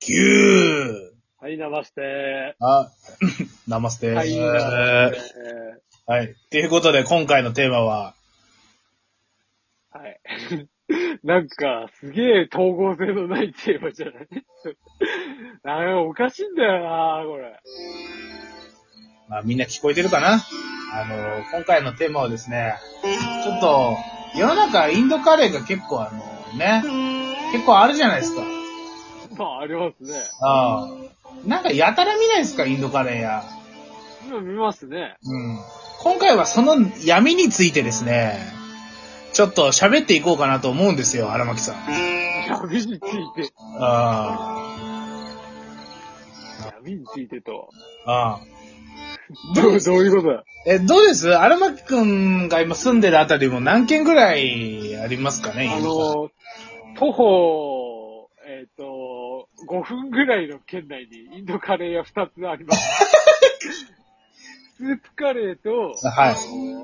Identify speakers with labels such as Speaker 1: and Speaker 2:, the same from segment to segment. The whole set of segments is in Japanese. Speaker 1: キュ
Speaker 2: はい、ナマステ
Speaker 1: ーあ、ナマステ
Speaker 2: ー。
Speaker 1: ー。
Speaker 2: はい、ナマステ
Speaker 1: はい。ということで、今回のテーマは、
Speaker 2: ー。はい。 なんか、すげえ統合性のないテーマじゃない あれ、おかしいんだよなこれ。
Speaker 1: まあ、みんな聞こえてるかなあの、今回のテーマはですね、ちょっと、世の中インドカレーが結構あの、ね、結構あるじゃないですか。
Speaker 2: まあ、ありますね。
Speaker 1: ああ。なんかやたら見ないですか、インドカレーや。
Speaker 2: 今見ますね。
Speaker 1: うん。今回はその闇についてですね、ちょっと喋っていこうかなと思うんですよ、荒牧さん。
Speaker 2: 闇について、
Speaker 1: あ
Speaker 2: 闇についてと。
Speaker 1: あ。ああ。
Speaker 2: どう、どういうことだ
Speaker 1: え、どうです荒牧くんが今住んでるあたりも何軒ぐらいありますかね
Speaker 2: あ
Speaker 1: インドカ
Speaker 2: の、徒歩、えっ、と、5分ぐらいの圏内にインドカレー屋2つあります。スープカレーと、
Speaker 1: レーはい。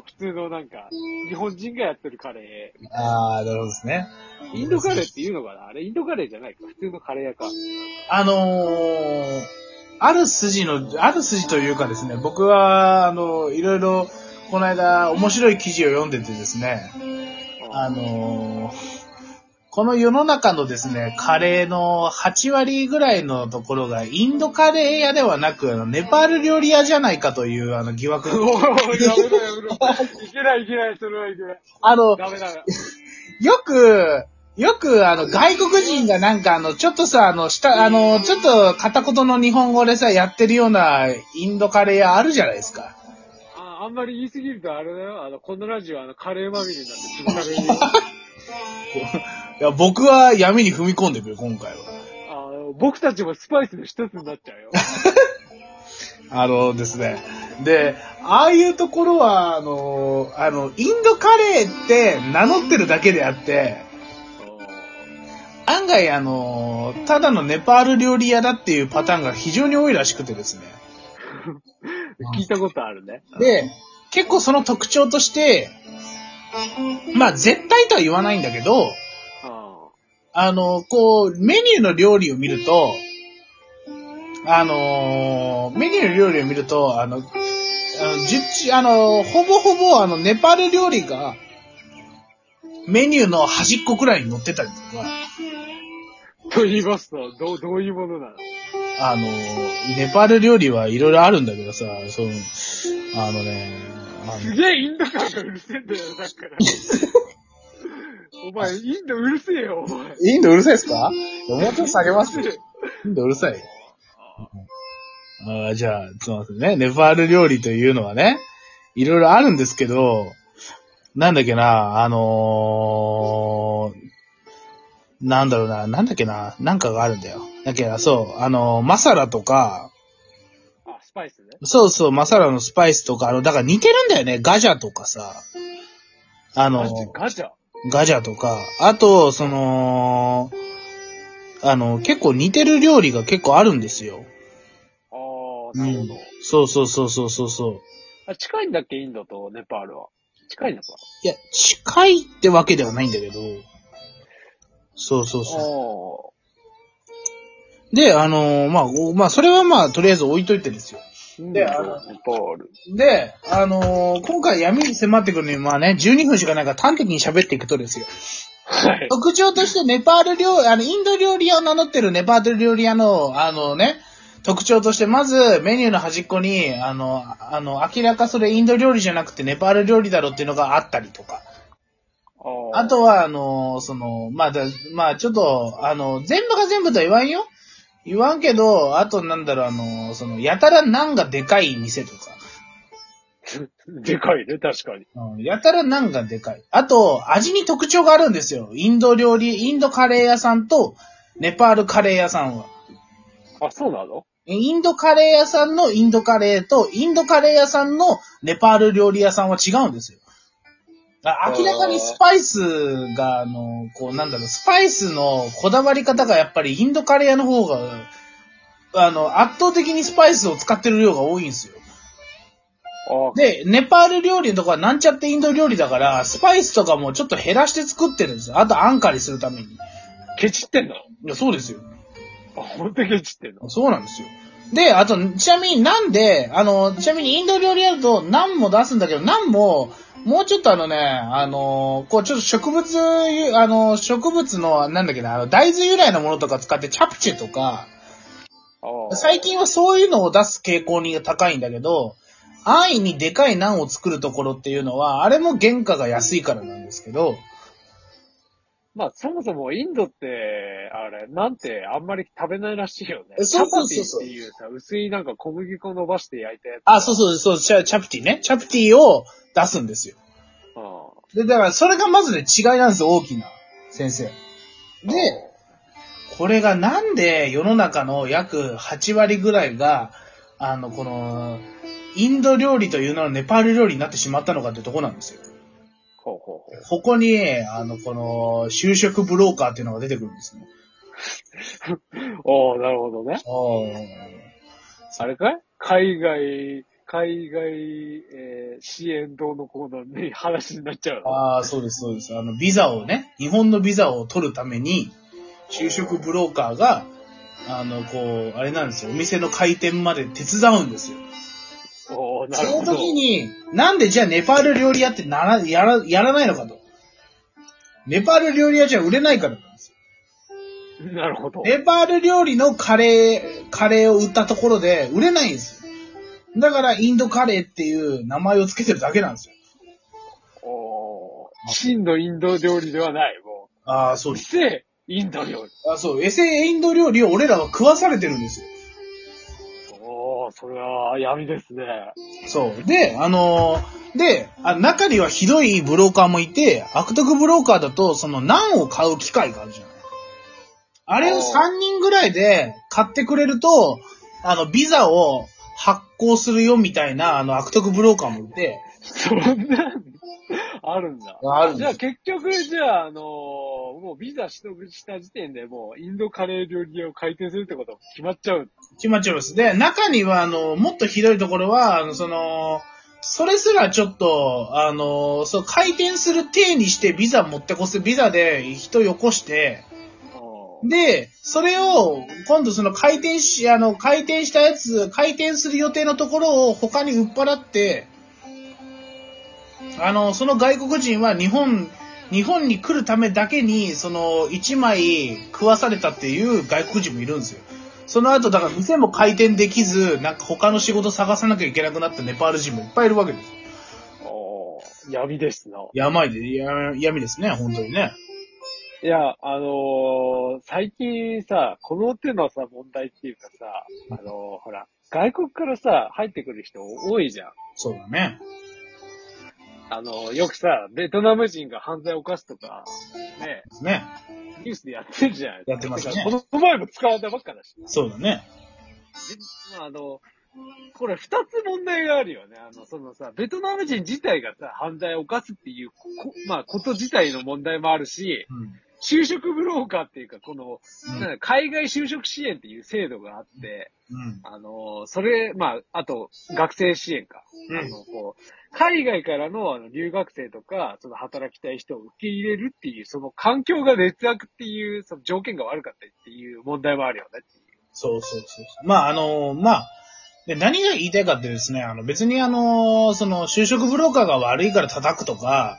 Speaker 2: 普通のなんか、日本人がやってるカレー。
Speaker 1: ああ、なるほどですね。
Speaker 2: インドカレーっていうのかなあれインドカレーじゃないか。普通のカレー屋か。
Speaker 1: あのー、ある筋の、ある筋というかですね、僕は、あの、いろいろ、この間、面白い記事を読んでてですね、あのー、この世の中のですね、カレーの8割ぐらいのところが、インドカレー屋ではなく、あのネパール料理屋じゃないかという、あの、疑惑
Speaker 2: お おやめろやめろ。いけないいけない、それはいけない。
Speaker 1: あの、
Speaker 2: ダメだな。
Speaker 1: よく、よく、あの、外国人がなんか、あの、ちょっとさ、あの、した、あの、ちょっと片言の日本語でさ、やってるようなインドカレー屋あるじゃないですか。
Speaker 2: ああんまり言いすぎるとあれだよ。あの、このラジオあの、カレーまみれになって、自分カレーに。
Speaker 1: いや、僕は闇に踏み込んでくる、今回は。
Speaker 2: あの、僕たちもスパイスの一つになっちゃうよ。
Speaker 1: あのですね。で、ああいうところは、あの、あの、インドカレーって名乗ってるだけであって、案外、あの、ただのネパール料理屋だっていうパターンが非常に多いらしくてですね。
Speaker 2: 聞いたことあるね。
Speaker 1: で、結構その特徴として、まあ絶対とは言わないんだけど、
Speaker 2: あ
Speaker 1: あの、こう、メニューの料理を見ると、あのーメニューの料理を見ると、あの、あの、10あの、ほぼほぼあの、ネパール料理が、メニューの端っこくらいに載ってたりとか、
Speaker 2: と言いますと、どう、どういうものなの
Speaker 1: あの、ネパール料理はいろいろあるんだけどさ、その、あのね、あ
Speaker 2: す
Speaker 1: の、
Speaker 2: げえインド感がうるせえんだよ、 だから。お前、インドうるせえよ、お前。
Speaker 1: インドうるさいですかもうちょっと下げます
Speaker 2: うるせえ
Speaker 1: インドうるさい。ああ、じゃあ、すみませんね。ネパール料理というのはね、いろいろあるんですけど、なんだっけな、あのー、なんだろうな、なんだっけな、なんかがあるんだよ。だっけな、そう、あのーマサラとか、
Speaker 2: あ、スパイスね。
Speaker 1: そうそう、マサラのスパイスとか、あの、だから似てるんだよね、ガジャとかさ。あの
Speaker 2: ガ
Speaker 1: ー
Speaker 2: チャ、ガチャ。
Speaker 1: ガジャとか、あと、その、あの、結構似てる料理が結構あるんですよ。
Speaker 2: あー、なるほど。
Speaker 1: そうそうそうそうそうそう。
Speaker 2: あ、近いんだっけ、インドとネパールは。近いのか。
Speaker 1: いや、近いってわけではないんだけど、そうそうそ
Speaker 2: お
Speaker 1: う。で、あのーまあ、おまあ、それはまあ、とりあえず置いといてですよ。
Speaker 2: ー。インド
Speaker 1: で
Speaker 2: とネ
Speaker 1: あの
Speaker 2: パール。の
Speaker 1: で、あのー今回闇に迫ってくるのに、まあね、12分しかないから端的に喋っていくとですよ。
Speaker 2: はい。
Speaker 1: 特徴としてネパール料、あの、インド料理屋を名乗ってるネパール料理屋の、あのね、特徴として、まず、メニューの端っこに、あの、あの、明らかそれインド料理じゃなくてネパール料理だろうっていうのがあったりとか。
Speaker 2: ー
Speaker 1: あと、は、あの、その、まあ、だまあ、ちょっと、あの、全部が全部とは言わんよ。言わんけど、あと、なんだろう、あの、その、やたらなんがでかい店とか。
Speaker 2: でかいね、確かに。
Speaker 1: うん、やたらなんがでかい。あと、味に特徴があるんですよ。インド料理、インドカレー屋さんと、ネパールカレー屋さんは。
Speaker 2: あ、そうなの
Speaker 1: インドカレー屋さんのインドカレーと、インドカレー屋さんのネパール料理屋さんは違うんですよ。あ明らかにスパイスが、あの、こう、なんだろう、スパイスのこだわり方がやっぱりインドカレー屋の方が、あの、圧倒的にスパイスを使ってる量が多いんですよ。
Speaker 2: あ
Speaker 1: で、ネパール料理のとこはなんちゃってインド料理だから、スパイスとかもちょっと減らして作ってるんですよ。あと、アンカリするために。い
Speaker 2: ケチってんの
Speaker 1: や、そうですよ。
Speaker 2: あ、本当に現地ってんの
Speaker 1: そうなんですよ。で、あと、ちなみになんで、あの、ちなみにインド料理やると、ナンも出すんだけど、ナンも、もうちょっとあのね、あの、こう、ちょっと植物由、あの、植物の、なんだっけな、あの、大豆由来のものとか使って、チャプチェとか、
Speaker 2: ああ。
Speaker 1: 最近はそういうのを出す傾向に高いんだけど、安易にでかいナンを作るところっていうのは、あれも原価が安いからなんですけど、
Speaker 2: まあ、そもそもインドって、あれ、なんてあんまり食べないらしいよね。
Speaker 1: えそうそうそうそう
Speaker 2: チャパティっていうさ、薄いなんか小麦粉伸ばして焼いたやつ。
Speaker 1: あ、そうそうそう、チャチャプティね。チャプティを出すんですよ。
Speaker 2: あ
Speaker 1: で、だからそれがまずね、違いなんですよ、大きな、先生。
Speaker 2: あ
Speaker 1: で、、これがなんで世の中の約8割ぐらいが、あの、この、インド料理という名のネパール料理になってしまったのかってとこなんですよ。
Speaker 2: ほうほう
Speaker 1: ここに、あの、この、就職ブローカーっていうのが出てくるんですね。
Speaker 2: ほう。ああ、なるほどね。
Speaker 1: お
Speaker 2: あれかい海外、海外、えー支援党のコーナーに話になっちゃうの。
Speaker 1: ああ、そうです、そうです。あの、ビザをね、日本のビザを取るために、就職ブローカーが、あの、こう、あれなんですよ、お店の開店まで手伝うんですよ。
Speaker 2: おーなる
Speaker 1: そ
Speaker 2: ほ
Speaker 1: の
Speaker 2: ど。
Speaker 1: 時に、なんでじゃあネパール料理屋ってなら、やら、やらないのかと。ネパール料理屋じゃ売れないからなんですよ。
Speaker 2: なるほど。
Speaker 1: ネパール料理のカレー、カレーを売ったところで売れないんですよ。だからインドカレーっていう名前を付けてるだけなんですよ。
Speaker 2: おー真のインド料理ではない、も
Speaker 1: ああ、そう
Speaker 2: う。せインド料理。
Speaker 1: あそう、エセインド料理を俺らは食わされてるんですよ。
Speaker 2: おーそれは闇ですね。
Speaker 1: そう。で、あのーで、あ中にはひどいブローカーもいて、悪徳ブローカーだと、その、ナンを買う機会があるじゃない。あれを
Speaker 2: おー
Speaker 1: 3人ぐらいで買ってくれると、あの、ビザを発行するよみたいな、あの、悪徳ブローカーもいて、
Speaker 2: そんなん、あるんだ。
Speaker 1: あるん
Speaker 2: じ
Speaker 1: で
Speaker 2: ゃあ
Speaker 1: す
Speaker 2: 結局、じゃあ、あのーもうビザ取得した時点でもうインドカレー料理屋を開店するってこと決まっちゃう。
Speaker 1: 決まっちゃいます。で、中には、あの、もっとひどいところは、あの、その、それすらちょっと、あの、そう、回転する体にしてビザ持ってこす、ビザで人よこして、
Speaker 2: おー
Speaker 1: で、それを、今度その回転し、あの、回転したやつ、回転する予定のところを他に売っ払って、あの、その外国人は日本、日本に来るためだけに、その、一枚食わされたっていう外国人もいるんですよ。その後、だから店も回転できず、なんか他の仕事探さなきゃいけなくなったネパール人もいっぱいいるわけです。
Speaker 2: おー闇ですな。
Speaker 1: やいで、や闇ですね、本当にね。
Speaker 2: いや、あのー最近さ、この手のさ、問題っていうかさ、あのーほら、外国からさ、入ってくる人多いじゃん。
Speaker 1: そうだね。
Speaker 2: あのーよくさ、ベトナム人が犯罪を犯すとか、ね、
Speaker 1: ですね。
Speaker 2: ニュースでやってるじゃん。
Speaker 1: やってますね
Speaker 2: てかこの前も使われたばっかだし。
Speaker 1: そうだね。
Speaker 2: でまああの、これ二つ問題があるよね。あの、そのさ、ベトナム人自体がさ、犯罪を犯すっていう、こまあ、こと自体の問題もあるし、
Speaker 1: うん。
Speaker 2: 就職ブローカーっていうか、この、
Speaker 1: うん
Speaker 2: なんか海外就職支援っていう制度があって、
Speaker 1: うん。
Speaker 2: あの、それ、まあ、あと、学生支援か。
Speaker 1: うん
Speaker 2: あの、こう、海外からのあの留学生とか、その働きたい人を受け入れるっていう、その環境が劣悪っていう、その条件が悪かったっていう問題もあるよね。
Speaker 1: そうそうそうそう。まあ、あの、まあ、で何が言いたいかってですね、あの別にあの、その就職ブローカーが悪いから叩くとか、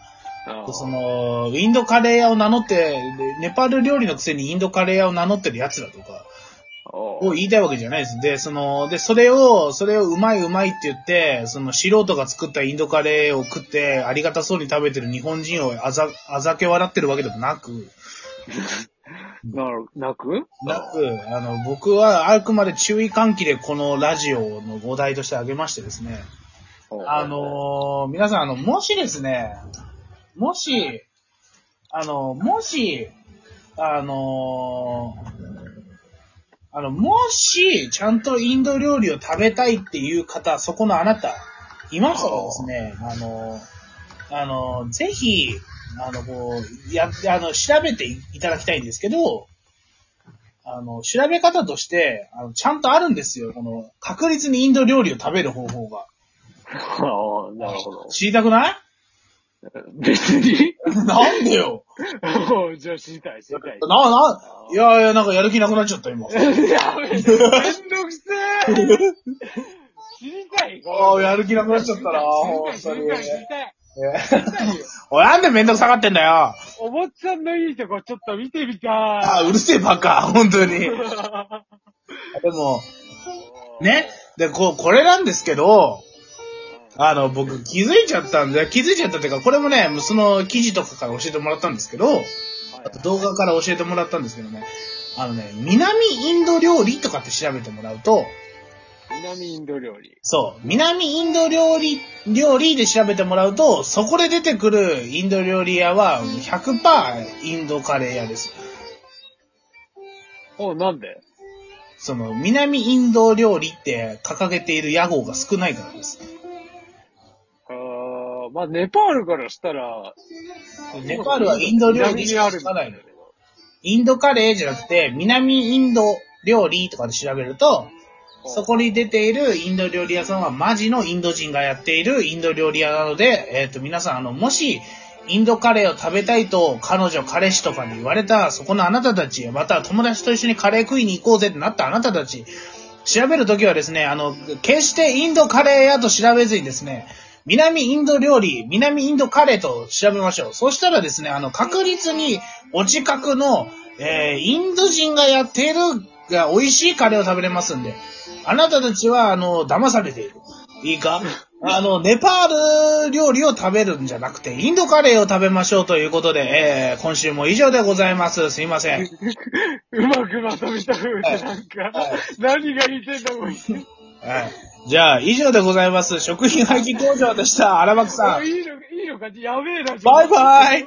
Speaker 2: あ
Speaker 1: その、インドカレー屋を名乗って、でネパール料理のくせにインドカレー屋を名乗ってる奴らとか、を言いたいわけじゃないです。で、その、で、それを、それをうまいうまいって言って、その素人が作ったインドカレーを食って、ありがたそうに食べてる日本人をあざ、あざけ笑ってるわけでもなく、
Speaker 2: なる、なく
Speaker 1: なく、あの、僕はあくまで注意喚起でこのラジオのお題としてあげましてですね、あ、のー皆さん、あの、もしですね、もし、あの、もし、あのーあの、もし、ちゃんとインド料理を食べたいっていう方、そこのあなた、いましたらですね、あのーあのーぜひ、あの、こう、やって、あの、調べていただきたいんですけど、あの、調べ方として、あの、ちゃんとあるんですよ。この、確率にインド料理を食べる方法が。
Speaker 2: ああ、なるほど。
Speaker 1: 知りたくない
Speaker 2: 別に
Speaker 1: なんでよ
Speaker 2: もう女子に対して。
Speaker 1: な、な、いやいや、なんかやる気なくなっちゃった、今。
Speaker 2: やめて、めんどくせえ知りたい
Speaker 1: ああ、やる気なくなっちゃったな、ほん
Speaker 2: 知
Speaker 1: と
Speaker 2: り
Speaker 1: に。
Speaker 2: たい、知りたい、知りたい。
Speaker 1: え
Speaker 2: 知りたいよ。
Speaker 1: おい、なんでめんどくさがってんだよ。
Speaker 2: お坊ちゃんのいいとこちょっと見てみたい。
Speaker 1: ああ、うるせえバカ、ほんとに。でも、ね。で、こう、これなんですけど、あの、僕気づいちゃったんで、気づいちゃったっていうか、これもね、その記事とかから教えてもらったんですけど、
Speaker 2: はい
Speaker 1: あと動画から教えてもらったんですけどね、あのね、南インド料理とかって調べてもらうと、
Speaker 2: 南インド料理。
Speaker 1: そう、南インド料理、料理で調べてもらうと、そこで出てくるインド料理屋は100%インドカレー屋です。
Speaker 2: お、なんで
Speaker 1: その、南インド料理って掲げている屋号が少ないからです。
Speaker 2: あーまあ、ネパールからしたら、
Speaker 1: ネパールはインド料理
Speaker 2: 南
Speaker 1: し
Speaker 2: にあ
Speaker 1: か
Speaker 2: る
Speaker 1: つかないのよ。インドカレーじゃなくて、南インド料理とかで調べると、そこに出ているインド料理屋さんはマジのインド人がやっているインド料理屋なので、えっ、と、皆さん、あの、もし、インドカレーを食べたいと、彼女、彼氏とかに言われた、そこのあなたたち、また友達と一緒にカレー食いに行こうぜってなったあなたたち、調べるときはですね、あの、決してインドカレー屋と調べずにですね、南インド料理、南インドカレーと調べましょう。そしたらですね、あの、確実にお近くの、えー、インド人がやっている、が美味しいカレーを食べれますんで、あなたたちは、あの、騙されている。いいかあの、ネパール料理を食べるんじゃなくて、インドカレーを食べましょうということで、えー、今週も以上でございます。すいません。
Speaker 2: うまくまとめた風で、なんか、
Speaker 1: はい
Speaker 2: 何が言ってんだ、こいつ。い
Speaker 1: はい。じゃあ、以上でございます。食品廃棄工場でした。荒牧さん。
Speaker 2: いの、いいのか、やべえな、ちょっと
Speaker 1: バイバイ